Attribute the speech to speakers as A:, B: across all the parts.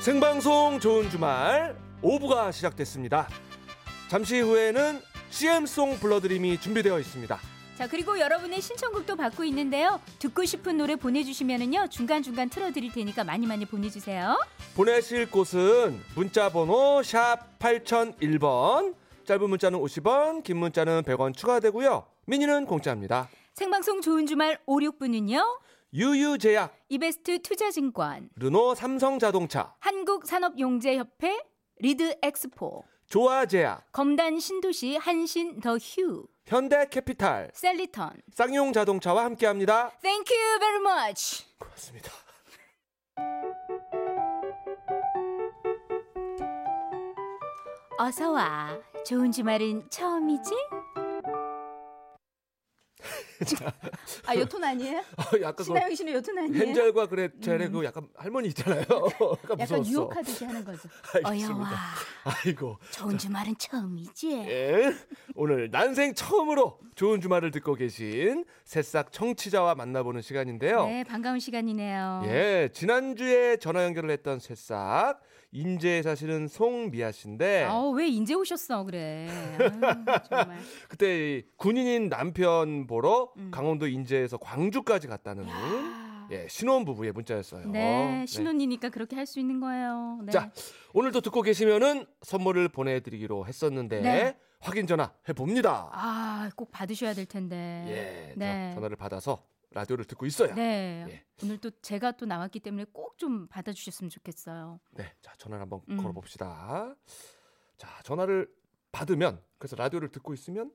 A: 생방송 좋은 주말 5부가 시작됐습니다. 잠시 후에는 CM송 불러드림이 준비되어 있습니다.
B: 자, 그리고 여러분의 신청곡도 받고 있는데요. 듣고 싶은 노래 보내주시면은요. 중간중간 틀어드릴 테니까 많이 많이 보내주세요.
A: 보내실 곳은 문자번호 샵 8001번, 짧은 문자는 50원, 긴 문자는 100원 추가되고요. 미니는 공짜입니다.
B: 생방송 좋은 주말 5, 6분은요.
A: 유유제약,
B: 이베스트 투자증권,
A: 르노 삼성자동차,
B: 한국산업용재협회, 리드엑스포,
A: 조아제약,
B: 검단 신도시 한신 더 휴,
A: 현대캐피탈,
B: 셀리턴.
A: 쌍용자동차와 함께합니다.
B: Thank you very much.
A: 고맙습니다.
B: 어서 와. 좋은 주말은 처음이지? 아, 요톤 아니에요?
A: 약간 그
B: 신하영 씨는 요톤 아니에요?
A: 헨젤과 그레첼의 그 약간 할머니 있잖아요. 약간
B: 약간
A: 무서웠어.
B: 유혹하듯이 하는 거죠.
A: 알겠습니다.
B: 어여와.
A: 아이고.
B: 좋은 주말은 처음이지.
A: 예. 오늘 난생 처음으로 좋은 주말을 듣고 계신 새싹 청취자와 만나보는 시간인데요.
B: 네, 반가운 시간이네요.
A: 예, 지난주에 전화 연결을 했던 새싹 인제에 사시는 송미아 씨인데
B: 아우, 왜 인제 오셨어, 그래. 아유, 정말.
A: 그때 이 군인인 남편 보러
B: 음.
A: 강원도 인제에서 광주까지 갔다는 예, 신혼 부부의 문자였어요.
B: 네, 신혼이니까 그렇게 할 수 있는 거예요. 네.
A: 자, 오늘도 듣고 계시면은 선물을 보내드리기로 했었는데
B: 네.
A: 확인 전화 해봅니다.
B: 아, 네. 꼭 받으셔야 될
A: 예,
B: 텐데.
A: 전- 전화를 받아서 라디오를 듣고 있어요. 네,
B: 네.
A: 예.
B: 오늘 또 제가 또 나왔기 때문에 꼭 좀 받아주셨으면 좋겠어요.
A: 네, 자 전화를 한번
B: 음.
A: 걸어봅시다. 자, 전화를 받으면 그래서 라디오를 듣고 있으면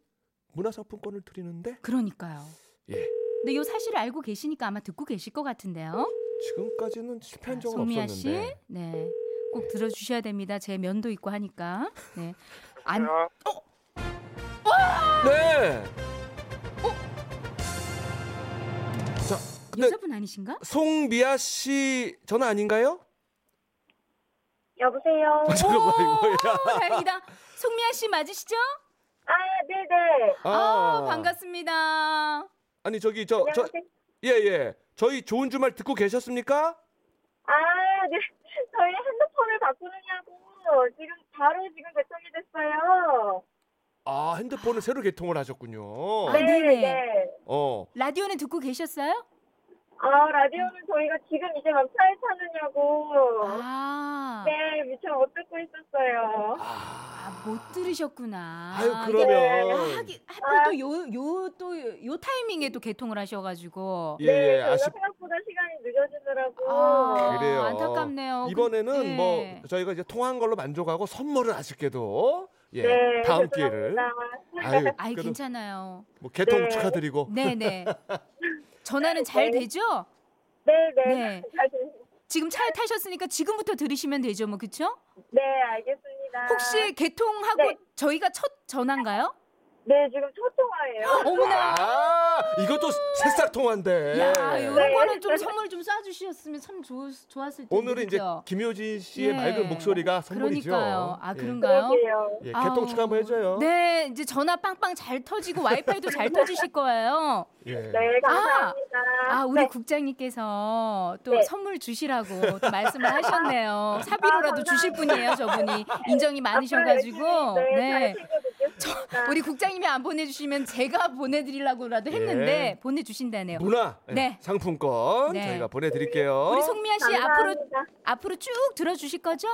A: 문화상품권을 드리는데
B: 그러니까요.
A: 예,
B: 근데 요 사실을 알고 계시니까 아마 듣고 계실 것 같은데요.
A: 지금까지는 실패한
B: 자,
A: 적은 음,
B: 소미아
A: 없었는데.
B: 씨, 네, 꼭 들어주셔야 됩니다. 제 면도 있고 하니까. 네, 안,
A: 네. 자, 근데
B: 여자분 아니신가?
A: 송미아 씨 전화 아닌가요?
C: 여보세요.
A: 잠깐만 이거야.
B: 오, 다행이다. 송미아 씨 맞으시죠?
C: 아, 네네.
A: 아,
B: 아, 반갑습니다.
A: 아니 저기 저 저
C: 안녕하세요.
A: 예, 예. 저희 좋은 주말 듣고 계셨습니까?
C: 아, 네. 저희 핸드폰을 바꾸느냐고 지금 바로 지금 결정이 됐어요.
A: 아, 핸드폰을 새로 개통을 하셨군요.
B: 아, 네. 네네.
C: 네.
A: 어.
B: 라디오는 듣고 계셨어요?
C: 아, 라디오는 저희가 지금 이제 막 차에
D: 어.
C: 타느냐고.
B: 아,
C: 네, 미처 못 듣고 있었어요.
A: 아,
B: 못 들으셨구나.
A: 아유,
B: 이게-
A: 그러면
B: 하긴 하필 또요요또요 타이밍에 또 개통을 하셔가지고.
A: 예,
C: 네,
A: 예.
C: 저희가
A: 아쉽
C: 생각보다 시간이 늦어지더라고.
B: 아,
A: 그래요.
B: 안타깝네요.
A: 이번에는
B: 그- 네.
A: 뭐 저희가 이제 통한 걸로 만족하고 선물을 아쉽게도 예.
C: 네,
A: 다음 기회를
C: 죄송합니다.
A: 아유,
B: 아이
A: 그래도
B: 괜찮아요.
A: 뭐 개통
C: 네.
A: 축하드리고
B: 네네. 전화는 잘
C: 네.
B: 되죠?
C: 네, 네.
B: 네.
C: 잘 들으-
B: 지금 차에 타셨으니까 지금부터 들으시면 되죠, 뭐 그쵸?
C: 네, 알겠습니다.
B: 혹시 개통하고
C: 네.
B: 저희가 첫 전화인가요?
C: 네, 지금 첫 통화예요.
B: 어머나.
A: 아, 이것도 새싹 통화인데.
B: 야,
C: 네.
B: 이런 거는 좀 선물 좀 쏴주셨으면 참 좋, 좋았을 텐데.
A: 오늘은 이제
B: 그죠?
A: 김효진 씨의
B: 예.
A: 맑은 목소리가 선물이죠.
B: 그러니까요. 아,
A: 예.
B: 그런가요?
C: 그러게요.
A: 예,
B: 아우.
A: 개통 축하 한번 해줘요.
B: 네, 이제 전화 빵빵 잘 터지고 와이파이도 잘 터지실 거예요.
A: 예.
C: 네, 감사합니다.
B: 아, 우리
C: 네.
B: 국장님께서 또
C: 네.
B: 선물 주시라고 또 말씀을 하셨네요. 사비로라도
C: 아,
B: 주실 분이에요, 저분이. 인정이 많으셔가지고.
C: 네.
B: 네.
C: 저,
B: 우리 국장님이 안 보내주시면 제가 보내드리려고라도 했는데
A: 예.
B: 보내주신다네요.
A: 문화 예,
B: 네.
A: 상품권
B: 네.
A: 저희가 보내드릴게요.
B: 우리 송미아 씨 앞으로
C: 감사합니다.
B: 앞으로 쭉 들어주실 거죠?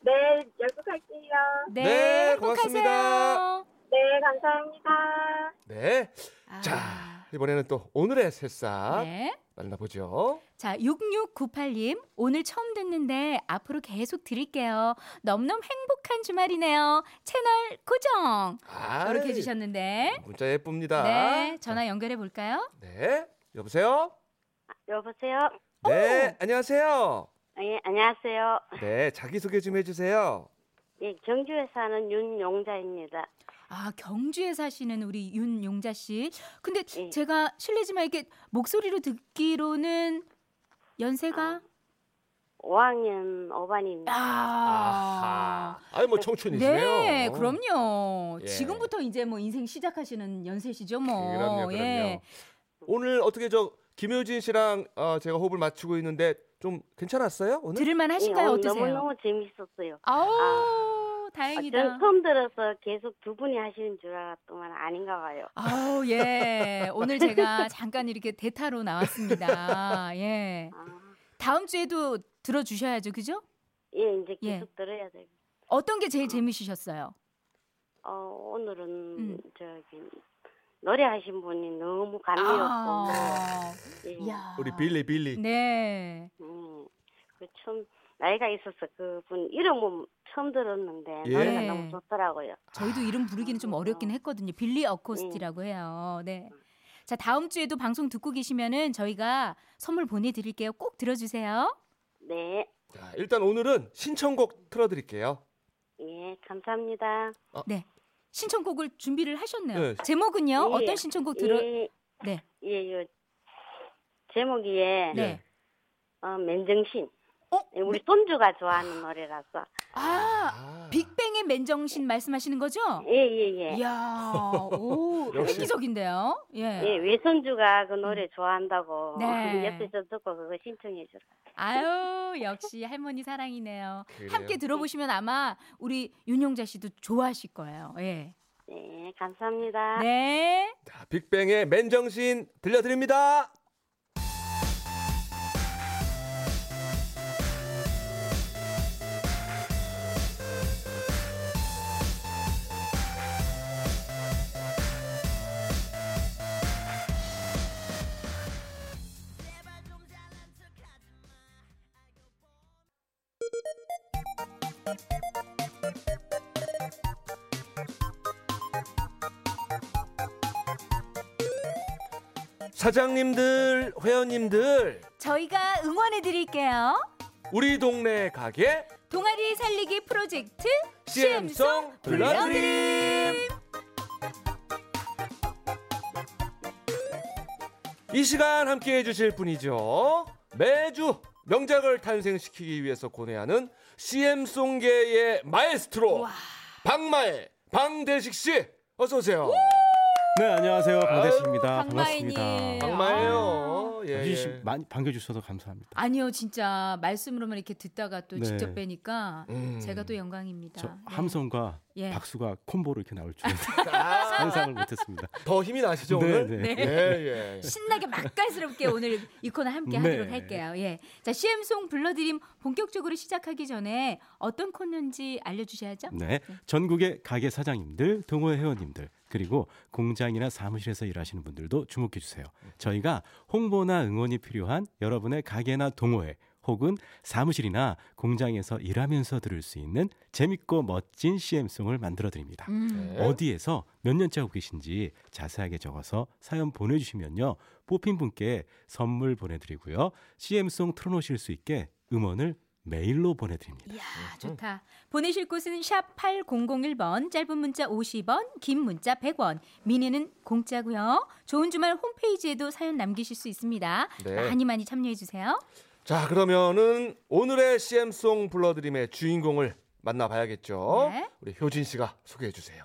C: 네, 약속할게요.
B: 네,
A: 네,
B: 행복하세요.
A: 고맙습니다.
C: 네, 감사합니다.
A: 네.
B: 아,
A: 자 이번에는 또 오늘의 새싹
B: 네.
A: 만나보죠.
B: 자, 6698님, 오늘 처음 듣는데 앞으로 계속 드릴게요. 넘넘 행복한 주말이네요. 채널 고정!
A: 아,
B: 이렇게 해주셨는데.
A: 문자 예쁩니다.
B: 네, 전화 연결해 볼까요?
A: 네. 여보세요.
D: 여보세요.
A: 네. 안녕하세요.
D: 예, 안녕하세요.
A: 네. 자기 소개 좀 해주세요.
D: 예, 경주에 사는 윤용자입니다.
B: 아, 경주에 사시는 우리 윤용자 씨. 근데
C: 네.
D: 예.
B: 제가 실례지만 이렇게 목소리로 듣기로는 연세가
D: 5학년
A: 아.
D: 5반입니다.
B: 아.
A: 아유 뭐 청춘이시네요. 어,
B: 네, 그럼요.
A: 예.
B: 지금부터 이제 뭐 인생 시작하시는 연세시죠, 뭐.
A: 그럼요, 그럼요.
B: 예.
A: 오늘 어떻게 저 김효진 씨랑 어, 제가 호흡을 맞추고 있는데 좀 괜찮았어요 오늘? 뭐
B: 들을만 하신가요?
D: 예, 오늘
B: 어떠세요?
D: 너무너무 재밌었어요.
B: 아우
D: 아,
B: 다행이다.
D: 전 처음 들어서 계속 두 분이 하시는 줄 알았더만 아닌가 봐요.
B: 아우 예 오늘 제가 잠깐 이렇게 대타로 나왔습니다. 예
D: 아,
B: 다음 주에도 들어주셔야죠, 그죠?
D: 예, 이제
B: 예.
D: 계속 들어야 돼요.
B: 어떤 게 제일 재밌으셨어요?
D: 어, 오늘은
B: 음.
D: 저기 노래하신 분이 너무 감미롭고
A: 어.
D: 예.
B: 아, 야.
A: 우리 빌리 빌리
B: 네.
D: 음, 그참 나이가 있어서 그분 이름은 뭐 처음 들었는데
A: 예.
D: 노래가
B: 네.
D: 너무 좋더라고요.
B: 저희도 이름 부르기는 좀 어렵긴 했거든요. 빌리 어코스티라고 해요. 네. 자, 다음 주에도 방송 듣고 계시면은 저희가 선물 보내드릴게요. 꼭 들어주세요.
D: 네,
A: 자, 일단 오늘은 신청곡 틀어드릴게요
D: 예, 감사합니다.
B: 신청곡을 준비를 하셨네요.
A: 네.
B: 제목은요?
D: 예.
B: 어떤 신청곡 들어?
D: 예,
B: 네.
D: 예, 요 제목이에
B: 네.
D: 어, 맨정신.
B: 어?
D: 예, 우리 손주가 좋아하는 노래라서.
B: 아,
A: 아.
B: 빅뱅의 맨정신 말씀하시는 거죠?
D: 예, 예, 예.
B: 이야, 오,
A: 역시.
B: 획기적인데요? 예.
D: 예, 외손주가 그 노래 좋아한다고
B: 음. 네.
D: 옆에 서 듣고 그거 신청해 주라.
B: 아유, 역시 할머니 사랑이네요.
A: 그래요?
B: 함께 들어보시면 아마 우리 윤용자 씨도 좋아하실 거예요. 예.
D: 네, 감사합니다.
B: 네.
A: 자, 빅뱅의 맨정신 들려드립니다 사장님들 회원님들
B: 저희가 응원해 드릴게요.
A: 우리 동네 가게
B: 동아리 살리기 프로젝트
A: CM송 불러드림 이 시간 함께해 주실 분이죠 매주 명작을 탄생시키기 위해서 고뇌하는 CM송계의 마에스트로
B: 와.
A: 박마의 방대식 씨 어서 오세요
E: 네 안녕하세요 방대식입니다
B: 박마애님. 예.
E: 반갑습니다.
A: 박마예요 예,
E: 유진 씨
A: 예.
E: 많이 반겨주셔서 감사합니다.
B: 아니요, 진짜 말씀으로만 이렇게 듣다가 또
E: 네.
B: 직접 뵈니까
A: 음.
B: 제가 또 영광입니다.
E: 저
B: 네.
E: 함성과
B: 예.
E: 박수가 콤보로 이렇게 나올 줄은
A: 아,
E: 상상을 못했습니다.
A: 더 힘이 나시죠 오늘
E: 네,
B: 네.
A: 예, 예.
B: 신나게 맛깔스럽게 오늘 이 코너 함께
E: 네.
B: 하도록 할게요. 예. 자, CM송 불러드림 본격적으로 시작하기 전에 어떤 코너인지 알려주셔야죠.
E: 네, 전국의 가게 사장님들, 동호회 회원님들, 그리고 공장이나 사무실에서 일하시는 분들도 주목해 주세요. 저희가 홍보나 응원이 필요한 여러분의 가게나 동호회 혹은 사무실이나 공장에서 일하면서 들을 수 있는 재밌고 멋진 CM송을 만들어 드립니다.
B: 음.
A: 네.
E: 어디에서 몇 년째 하고 계신지 자세하게 적어서 사연 보내주시면요. 뽑힌 분께 선물 보내드리고요. CM송 틀어놓으실 수 있게 음원을 메일로 보내드립니다.
B: 이야, 아, 좋다. 보내실 곳은 샵 8001번, 짧은 문자 50원, 긴 문자 100원, 미니는 공짜고요. 좋은 주말 홈페이지에도 사연 남기실 수 있습니다.
A: 네.
B: 많이 많이 참여해 주세요.
A: 자 그러면은 오늘의 CM송 불러드림의 주인공을 만나봐야겠죠.
B: 네.
A: 우리 효진 씨가 소개해 주세요.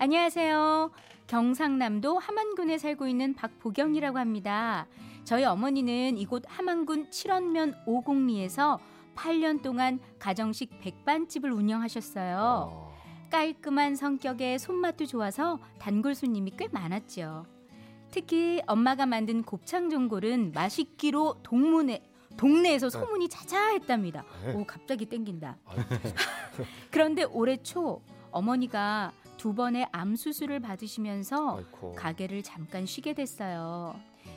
B: 안녕하세요. 경상남도 함안군에 살고 있는 박보경이라고 합니다. 저희 어머니는 이곳 함안군 칠원면 오곡리에서 8년 동안 가정식 백반집을 운영하셨어요. 깔끔한 성격에 손맛도 좋아서 단골 손님이 꽤 많았죠. 특히 엄마가 만든 곱창 전골은 맛있기로 동문회 동네에서 소문이 자자했답니다.
A: 네.
B: 오 갑자기 땡긴다.
A: 아유,
B: 그런데 올해 초 어머니가 두 번의 암 수술을 받으시면서
A: 아이고.
B: 가게를 잠깐 쉬게 됐어요.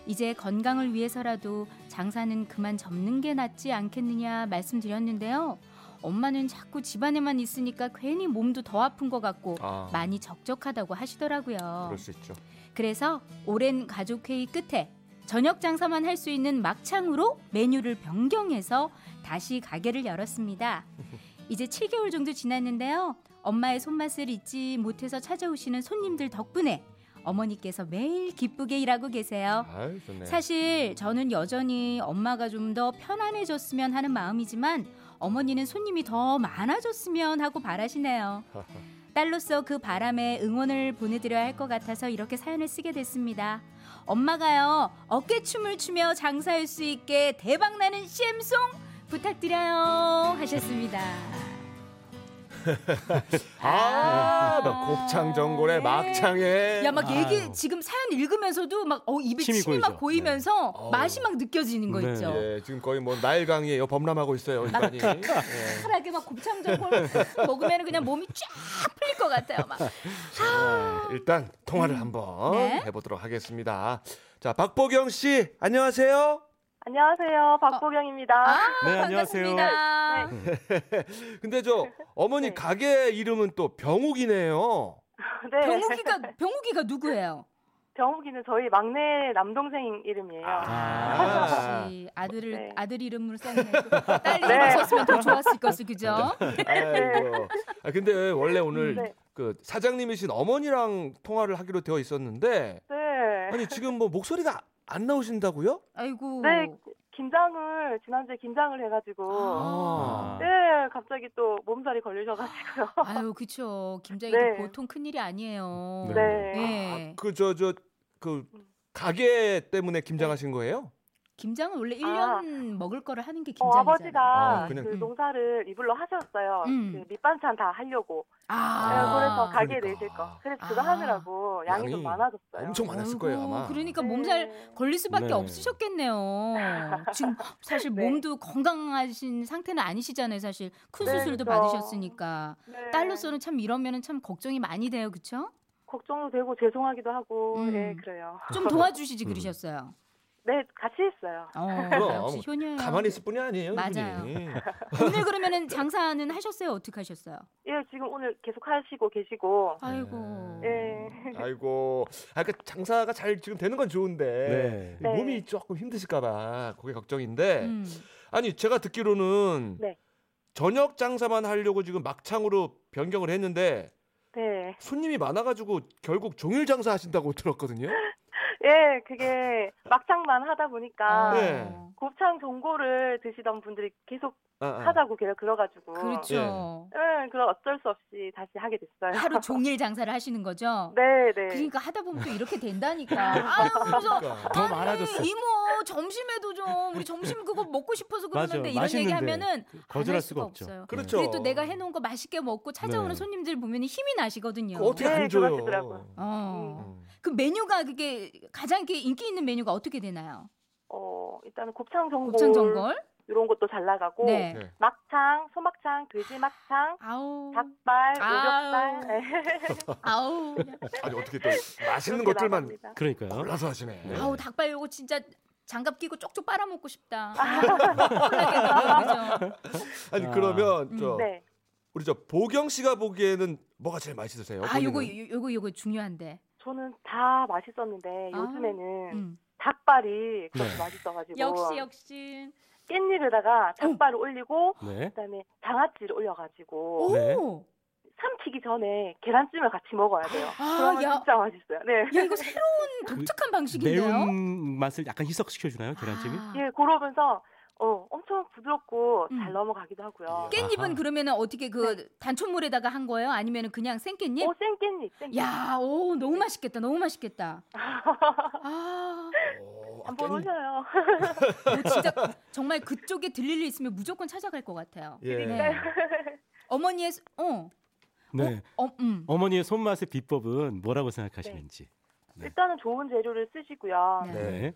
B: 이제 건강을 위해서라도 장사는 그만 접는 게 낫지 않겠느냐 말씀드렸는데요. 엄마는 자꾸 집안에만 있으니까 괜히 몸도 더 아픈 것 같고
A: 아,
B: 많이 적적하다고 하시더라고요.
A: 그럴 수 있죠.
B: 그래서 오랜 가족 회의 끝에 저녁 장사만 할 수 있는 막창으로 메뉴를 변경해서 다시 가게를 열었습니다. 이제 7개월 정도 지났는데요. 엄마의 손맛을 잊지 못해서 찾아오시는 손님들 덕분에 어머니께서 매일 기쁘게 일하고 어. 계세요.
A: 아유, 좋네.
B: 사실 저는 여전히 엄마가 좀 더 편안해졌으면 하는 마음이지만 어머니는 손님이 더 많아졌으면 하고 바라시네요. 딸로서 그 바람에 응원을 보내드려야 할 것 같아서 이렇게 사연을 쓰게 됐습니다. 엄마가요 어깨춤을 추며 장사할 수 있게 대박나는 CM송 부탁드려요 하셨습니다.
A: 아, 막 곱창 전골에
B: 네.
A: 막창에.
B: 야 막 얘기
E: 네. 아유.
B: 지금 사연 읽으면서도 막 어 입에
E: 침이
B: 침이, 막
E: 고이죠.
B: 고이면서
A: 네.
B: 맛이 막 느껴지는 거
E: 네.
B: 있죠.
A: 예, 지금 거의 뭐 날강이에요. 범람하고 있어요, 일반이. 예.
B: 하게 막 곱창 전골 먹으면 그냥 몸이 쫙 풀릴 것 같아요. 막
C: 네,
A: 자, 일단 통화를 한번
B: 네.
A: 해보도록 하겠습니다. 자, 박보경 씨, 안녕하세요.
C: 안녕하세요. 박보경입니다.
B: 아,
E: 네, 안녕하세요.
B: 반갑습니다.
A: 근데 저 어머니
C: 네.
A: 가게 이름은 또 병욱이네요.
C: 네.
B: 병욱이가 병욱이가 누구예요?
C: 병욱이는 저희 막내 남동생 이름이에요.
A: 아.
B: 역시 아들을
C: 네.
B: 아들 이름으로 써있는 그 딸
C: 네.
B: 이름 썼으면 더 좋았을 것을 그죠?
A: 아이고. 아, 근데 원래 오늘
C: 네.
A: 그 사장님이신 어머니랑 통화를 하기로 되어 있었는데
C: 네.
A: 아니 지금 뭐 목소리가 안 나오신다고요?
B: 아이고.
C: 네. 긴장을 지난주에 긴장을 해가지고
A: 아.
C: 어. 네 갑자기 또 몸살이 걸리셔가지고요.
B: 아유 그쵸. 김장이
C: 네.
B: 보통 큰 일이 아니에요.
E: 네.
C: 네.
B: 예.
A: 그 저 저 그 가게 때문에 김장하신 거예요?
B: 김장은 원래 일
C: 아.
B: 년 먹을 거를 하는 게
C: 어,
B: 김장이잖아요.
C: 아버지가
A: 아, 그냥-
C: 그 농사를 이불로 하셨어요.
B: 음.
C: 그 밑반찬 다 하려고. 네,
B: 아.
C: 그래서 가게
A: 그러니까.
C: 내실 거. 그래서 그거
B: 아.
C: 하느라고 양이,
A: 양이
C: 좀 많아졌어요.
A: 엄청 많았을 거예요
B: 아이고,
A: 아마.
B: 그러니까
C: 네.
B: 몸살 걸릴 수밖에
E: 네.
B: 없으셨겠네요. 지금 사실
C: 네.
B: 몸도 건강하신 상태는 아니시잖아요. 사실 큰
C: 네,
B: 수술도
C: 그렇죠.
B: 받으셨으니까
C: 네.
B: 딸로서는 참 이러면은 참 걱정이 많이 돼요, 그쵸
C: 걱정도 되고 죄송하기도 하고
B: 음.
C: 예 그래요.
B: 좀 도와주시지
E: 음.
B: 그러셨어요.
C: 네 같이 했어요.
B: 어,
A: 그럼. 뭐
B: 역시 효녀예요.
A: 가만히 있을 뿐이 네. 아니에요.
B: 음. 맞아요.
A: 이분이.
B: 오늘 그러면은 장사는 하셨어요? 어떻게 하셨어요?
A: 네.
C: 예 지금 오늘 계속 하시고 계시고
B: 아이고.
C: 예.
A: 네. 아이고. 아, 그 장사가 잘 지금 되는 건 좋은데
E: 네.
C: 네.
A: 몸이 조금 힘드실까봐 그게 걱정인데.
B: 음.
A: 아니 제가 듣기로는
C: 네.
A: 저녁 장사만 하려고 지금 막창으로 변경을 했는데
C: 네.
A: 손님이 많아가지고 결국 종일 장사 하신다고 들었거든요.
C: 예 그게 막창만 하다 보니까
B: 어.
A: 네.
C: 곱창 전골을 드시던 분들이 계속
A: 아, 아.
C: 하자고 그래 그래가지고.
B: 그렇죠.
C: 예 그럼 어쩔 수 없이 다시 하게
A: 예.
C: 됐어요.
B: 하루 종일 장사를 하시는 거죠?
C: 네 네.
B: 그러니까 하다 보면 또 이렇게 된다니까. 아유, 무서워.
A: 그러니까.
E: 더
B: 아니,
E: 많아졌어.
B: 이모 점심에도 좀 우리 점심 그거 먹고 싶어서 그러는데
E: 맞아요.
B: 이런
E: 맛있는데.
B: 얘기하면은 안
E: 거절할
B: 할
E: 수가 없죠.
B: 없어요.
A: 그렇죠.
B: 그리고 또 내가 해놓은 거 맛있게 먹고 찾아오는
E: 네.
B: 손님들 보면 힘이 나시거든요.
A: 그거 어떻게 안
C: 네,
A: 줘요?
C: 그러시더라고요.
B: 어.
A: 음.
B: 그 메뉴가 그게 가장 이렇게 인기 있는 메뉴가 어떻게 되나요?
C: 어 일단은 곱창 전골,
B: 곱창 전골.
C: 이런 것도 잘 나가고
B: 네.
A: 네.
C: 막창, 소막창, 돼지 막창,
B: 아우. 음.
C: 닭발,
B: 아유.
C: 오겹살. 네.
B: 아우.
A: 아니 어떻게 또 맛있는
C: 그렇게
A: 것들만
C: 나갑니다.
E: 그러니까요.
A: 골라서 어? 하시네.
E: 네.
B: 아우 닭발 요거 진짜 장갑 끼고 쪽쪽 빨아먹고 싶다. 아, 그죠?
A: 아니
E: 아.
A: 그러면
B: 음.
A: 저
C: 네.
A: 우리 저 보경 씨가 보기에는 뭐가 제일 맛있으세요?
B: 아 요거
A: 본인은?
B: 요- 요거 요거 중요한데.
C: 저는 다 맛있었는데
B: 아.
A: 네.
C: 요즘에는
B: 음.
C: 닭발이 그렇게
E: 네.
C: 맛있어가지고
B: 역시 음. 역시.
C: 깻잎에다가 닭발을 올리고
E: 네.
C: 그다음에 장아찌를 올려가지고
B: 오.
E: 네.
C: 삼키기 전에 계란찜을 같이 먹어야 돼요.
B: 아,
C: 그러면
B: 야.
C: 진짜 맛있어요. 네.
B: 야 이거 새로운 독특한 방식인데요.
E: 그 매운 맛을 약간 희석시켜 주나요, 계란찜이?
B: 아.
C: 예, 그러면서 어, 엄청 부드럽고
B: 음.
C: 잘 넘어가기도 하고요.
A: 깻-
E: 아하.
B: 깻잎은 그러면은 어떻게 그
C: 네.
B: 단촛물에다가 한 거예요? 아니면은 그냥 생깻잎?
C: 오, 어, 생깻잎, 생깻잎.
B: 야, 오 너무 맛있겠다. 너무 맛있겠다. 아,
A: 오, 아,
C: 한번
A: 깻잎.
C: 오셔요.
B: 뭐 진짜 정말 그쪽에 들릴 일 있으면 무조건 찾아갈 것 같아요.
A: 예.
B: 네. 어머니의 소- 어,
E: 네.
B: 어, 음.
E: 어머니의 손맛의 비법은 뭐라고 생각하시는지. 네.
C: 일단은 좋은 재료를 쓰시고요.
B: 네.
E: 네.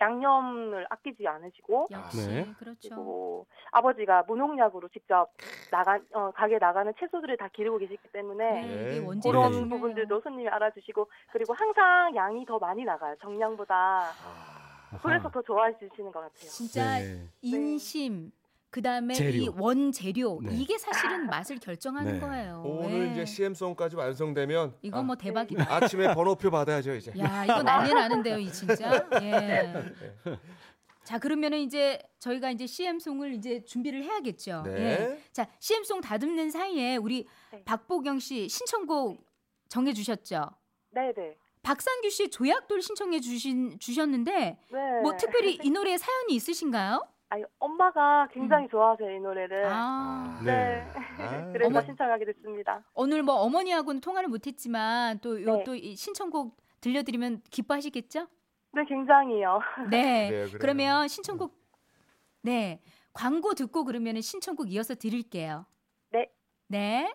C: 양념을 아끼지 않으시고
B: 역시
E: 네.
B: 그렇죠.
C: 그리고 뭐 아버지가 무농약으로 직접 나간 어, 가게 나가는 채소들을 다 기르고 계시기 때문에
B: 네, 이게
A: 네.
B: 원재료
C: 그런
E: 네.
C: 부분들도 손님이 알아주시고 그리고 항상 양이 더 많이 나가요 정량보다
A: 아,
E: 아하.
C: 그래서 더 좋아해 주시는 것 같아요.
B: 진짜
E: 네.
B: 인심 그다음에
E: 재료.
B: 이 원재료
E: 네.
B: 이게 사실은 맛을 결정하는
E: 네.
B: 거예요.
A: 오늘
B: 예.
A: 이제 CM송까지 완성되면
B: 이거
A: 아,
B: 뭐 대박이다.
A: 아침에 번호표 받아야죠 이제.
B: 야, 이거 난리 나는데요, 이 진짜. 예. 자, 그러면은 이제 저희가 이제 CM송을 이제 준비를 해야겠죠. 예.
A: 네.
B: 자, CM송 다듬는 사이에 우리
C: 네.
B: 박보경 씨 신청곡 정해 주셨죠.
C: 네네.
B: 박상규 씨 조약돌 신청해 주신 주셨는데
C: 네.
B: 뭐 특별히 이 노래에 사연이 있으신가요?
C: 아니 엄마가 굉장히 좋아하세요 이 노래를.
B: 음. 아.
E: 네.
A: 아,
C: 그래서
B: 어머.
C: 신청하게 됐습니다.
B: 오늘 뭐 어머니하고는 통화를 못했지만 또 요
C: 네.
B: 또 이 신청곡 들려드리면 기뻐하시겠죠?
C: 네, 굉장히요.
A: 어,
B: 네.
A: 그래요, 그래요.
B: 그러면 신청곡 네 광고 듣고 그러면 신청곡 이어서 드릴게요.
C: 네.
B: 네.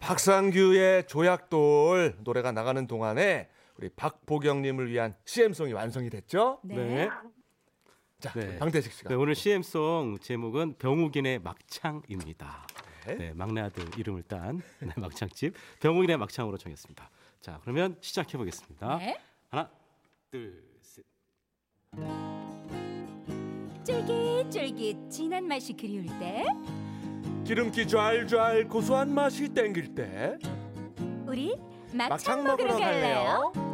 A: 박상규의 조약돌 노래가 나가는 동안에 우리 박보경님을 위한 CM송이 완성이 됐죠?
B: 네.
A: 자,
E: 네.
A: 방태식 씨가.
E: 네, 오늘 CM송 제목은 병욱인의 막창입니다.
A: 네.
E: 네, 막내 아들 이름을 딴 네, 막창집 병욱인의 막창으로 정했습니다. 자, 그러면 시작해 보겠습니다.
B: 네.
E: 하나, 둘, 셋.
B: 쫄깃쫄깃 진한 맛이 그리울 때
A: 기름기 좔좔 고소한 맛이 땡길 때
B: 우리 막창,
A: 막창
B: 아, 먹으러
A: 먹으러
B: 갈래요?
A: 갈래요?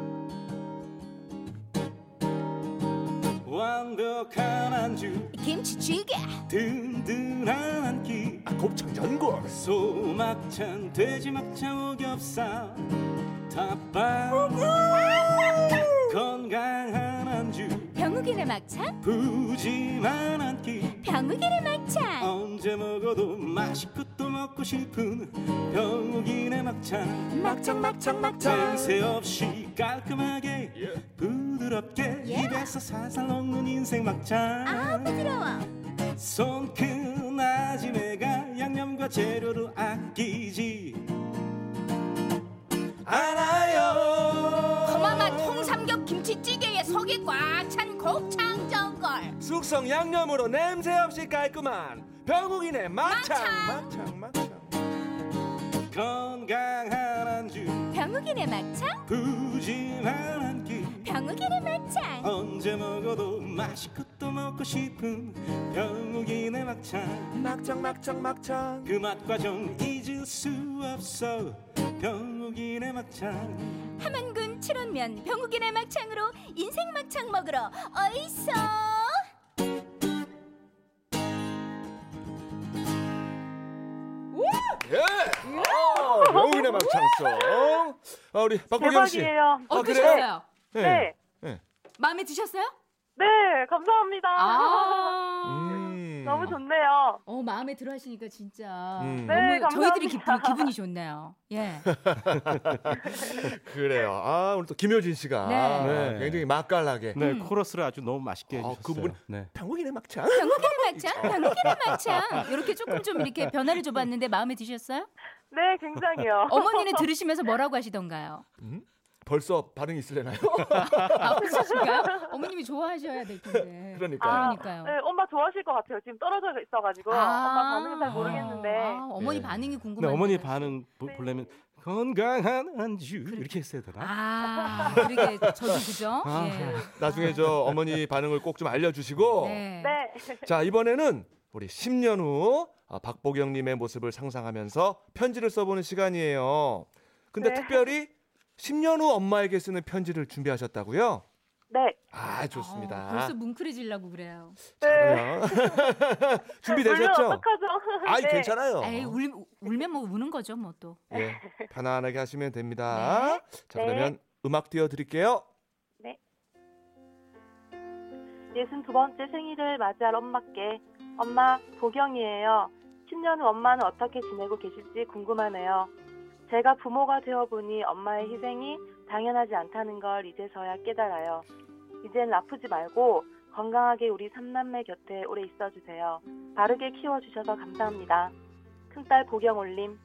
E: 완벽한 안주
B: 김치찌개
E: 든든한 한끼
A: 아, 곱창 전골
E: 소막창 돼지막창 오겹살 닭발 건강한 안주
B: 병욱이네 막창
E: 푸짐한 한끼
B: 병욱이네 막창
E: 언제 먹어도 맛있고 또 먹고 싶은 병욱이네 막창
B: 막창 막창
E: 냄새 없이 깔끔하게
A: 예.
E: 부드럽게
B: 예.
E: 입에서 살살 녹는 인생 막창
B: 아 부드러워
E: 손큰 아지매가 양념과 재료를 아끼지 않아요
B: 고마마 통삼겹 김치찌개에 속이 꽉 찬 곱창 전골
A: 숙성 양념으로 냄새 없이 깔끔한 병욱이네 막창 막창 막창
E: 건강한 안주
B: 병욱이네 막창
E: 푸짐한 한끼
B: 병욱이네 막창
E: 언제 먹어도 맛있고 또 먹고 싶은 병욱이네 막창
A: 막창 막창 막창
E: 그 맛과 정 잊을 수 없어 병욱이네 막창
B: 함안군 칠원면 병욱이네 막창으로 인생 막창 먹으러 어이소
A: 예 아, 병욱이네 막창송 아, 우리 박보경 씨
C: 대박이에요.
A: 아, 그래요?
B: 어떠셨어요?
A: 예.
C: 네.
B: 마음에 드셨어요?
C: 네, 감사합니다.
A: 아.
B: 아.
A: 음.
C: 너무 좋네요.
B: 어 마음에 들어 하시니까 진짜
A: 음.
C: 네, 감사합니다.
B: 저희들이 기분, 기분이 좋네요. 예.
A: 그래요 아 오늘 또 김효진 씨가
B: 네.
A: 네, 굉장히 맛깔나게
E: 네
B: 음.
E: 코러스를 아주 너무 맛있게
A: 아,
E: 해주셨어요
A: 그분-
E: 네.
A: 병욱이네 막창
B: 병욱이네 막창, 병욱이네 막창 이렇게 조금 좀 이렇게 변화를 줘봤는데 마음에 드셨어요?
C: 네, 굉장히요.
B: 어머니는 들으시면서 뭐라고 하시던가요?
A: 벌써 반응이 있으려나요?
B: 아 없으신가요? 어머님이 좋아하셔야 될 텐데.
A: 그러니까요.
C: 아,
B: 그러니까요.
C: 네, 엄마 좋아하실 것 같아요. 지금 떨어져
B: 네, 뭐,
C: 있어가지고 엄마 반응은 잘 모르겠는데.
B: 아, 어머니
E: 네.
B: 반응이
E: 네,
B: 궁금해요.
E: 어머니 반응 보,
C: 네.
E: 보려면 건강한 안주 이렇게 했어야 되나?
B: 아, 그러게 저도 그죠?
E: 아.
A: 네.
B: 예.
A: 나중에 저 어머니 반응을 꼭 좀 알려주시고
B: 네.
C: 네.
A: 자 이번에는 우리 10년 후 아, 박보경님의 모습을 상상하면서 편지를 써보는 시간이에요. 근데
C: 네.
A: 특별히 10년 후 엄마에게 쓰는 편지를 준비하셨다고요?
C: 네.
A: 아 좋습니다.
B: 어, 벌써 뭉클해지려고 그래요.
A: 자, 그러면
C: 물론
A: 준비되셨죠?
C: 네. 어떡하죠?
A: 아이
C: 네.
A: 괜찮아요.
B: 에이, 울, 울면 뭐 우는 거죠, 뭐 또.
A: 예, 편안하게 하시면 됩니다. 자
C: 네.
A: 그러면 음악 띄워드릴게요.
C: 예순 두 번째 생일을 맞이할 엄마께 엄마 보경이에요. 10년 후 엄마는 어떻게 지내고 계실지 궁금하네요. 제가 부모가 되어 보니 엄마의 희생이 당연하지 않다는 걸 이제서야 깨달아요. 이젠 아프지 말고 건강하게 우리 삼남매 곁에 오래 있어 주세요. 바르게 키워 주셔서 감사합니다. 큰딸 보경 올림.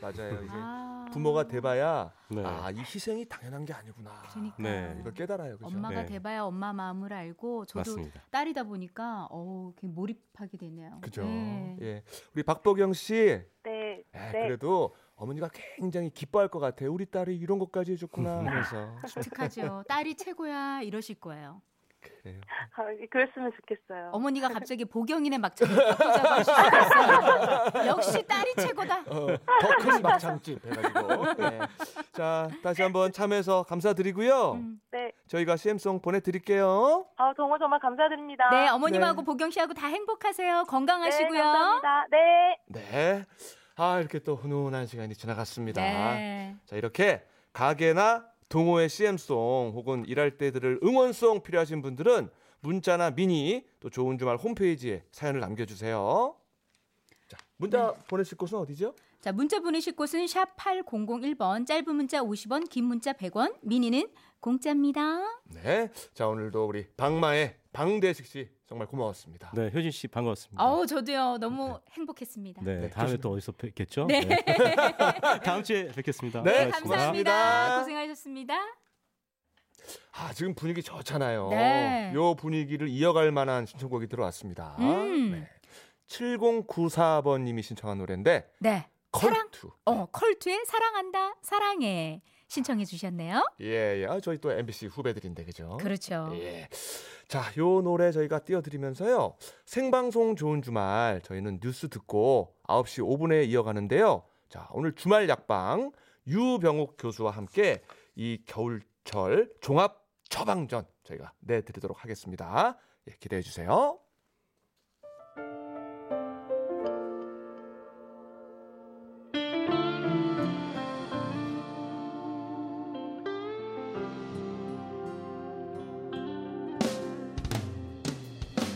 A: 맞아요. 이제
B: 아.
A: 부모가 돼봐야
E: 네.
A: 아 이 희생이 당연한 게 아니구나.
B: 그러니까.
E: 네.
A: 이걸 깨달아요, 그죠?
B: 엄마가
E: 네.
B: 돼봐야 엄마 마음을 알고 저도
E: 맞습니다.
B: 딸이다 보니까 어우, 그냥 몰입하게 되네요.
A: 그죠.
B: 네.
A: 예, 우리 박보경 씨, 에,
C: 네.
A: 예, 아, 그래도 어머니가 굉장히 기뻐할 것 같아요. 우리 딸이 이런 것까지 해줬구나 하면서.
B: 기특하죠. 딸이 최고야 이러실 거예요.
A: 예.
C: 아, 그랬으면 좋겠어요.
B: 어머니가 갑자기 보경이네 막창을 바꾸자고 하실 수도 있어요. 역시 딸이 최고다.
A: 어, 더 큰 막창집 해가지고. 네. 자, 다시 한번 참여해서 감사드리고요.
B: 음.
C: 네.
A: 저희가 CM송 보내드릴게요.
C: 아, 정말 정말 감사드립니다.
B: 네, 어머님하고
A: 네.
B: 보경 씨하고 다 행복하세요.
C: 네,
B: 건강하시고요.
C: 감사합니다. 네.
A: 네. 아, 이렇게 또 훈훈한 시간이 지나갔습니다.
B: 네.
A: 자, 이렇게 가게나 동호회 CM송 혹은 일할 때 들을 응원송 필요하신 분들은 문자나 미니 또 좋은 주말 홈페이지에 사연을 남겨주세요. 자, 문자
B: 네.
A: 보내실 곳은 어디죠?
B: 자, 문자 보내실 곳은 샵 8001번, 짧은 문자 50원, 긴 문자 100원, 미니는 공짜입니다.
A: 네. 자, 오늘도 우리 박마의 방대식 씨 정말 고마웠습니다.
E: 네, 효진 씨 반가웠습니다.
B: 어우, 저도요. 너무 행복했습니다.
E: 네,
A: 네,
E: 다음에
A: 조심-
E: 또 어디서 뵙겠죠?
B: 네.
E: 다음 주에 뵙겠습니다.
A: 네,
B: 네,
E: 고맙습니다.
A: 고맙습니다.
B: 감사합니다. 고생하셨습니다.
A: 아, 지금 분위기 좋잖아요.
B: 네.
A: 요 분위기를 이어갈 만한 신청곡이 들어왔습니다.
B: 음.
A: 네. 7094번님이 신청한 노래인데
B: 네. 사랑?
A: 컬투.
B: 어, 컬투의 사랑한다, 사랑해. 신청해 주셨네요.
A: 예, 예. 아, 저희 또 MBC 후배들인데 그죠?
B: 그렇죠.
A: 예. 자, 요 노래 저희가 띄워드리면서요. 생방송 좋은 주말 저희는 뉴스 듣고 9시 5분에 이어가는데요. 자, 오늘 주말 약방 유병욱 교수와 함께 이 겨울철 종합 처방전 저희가 내드리도록 하겠습니다. 예, 기대해 주세요.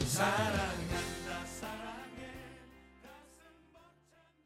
F: 사랑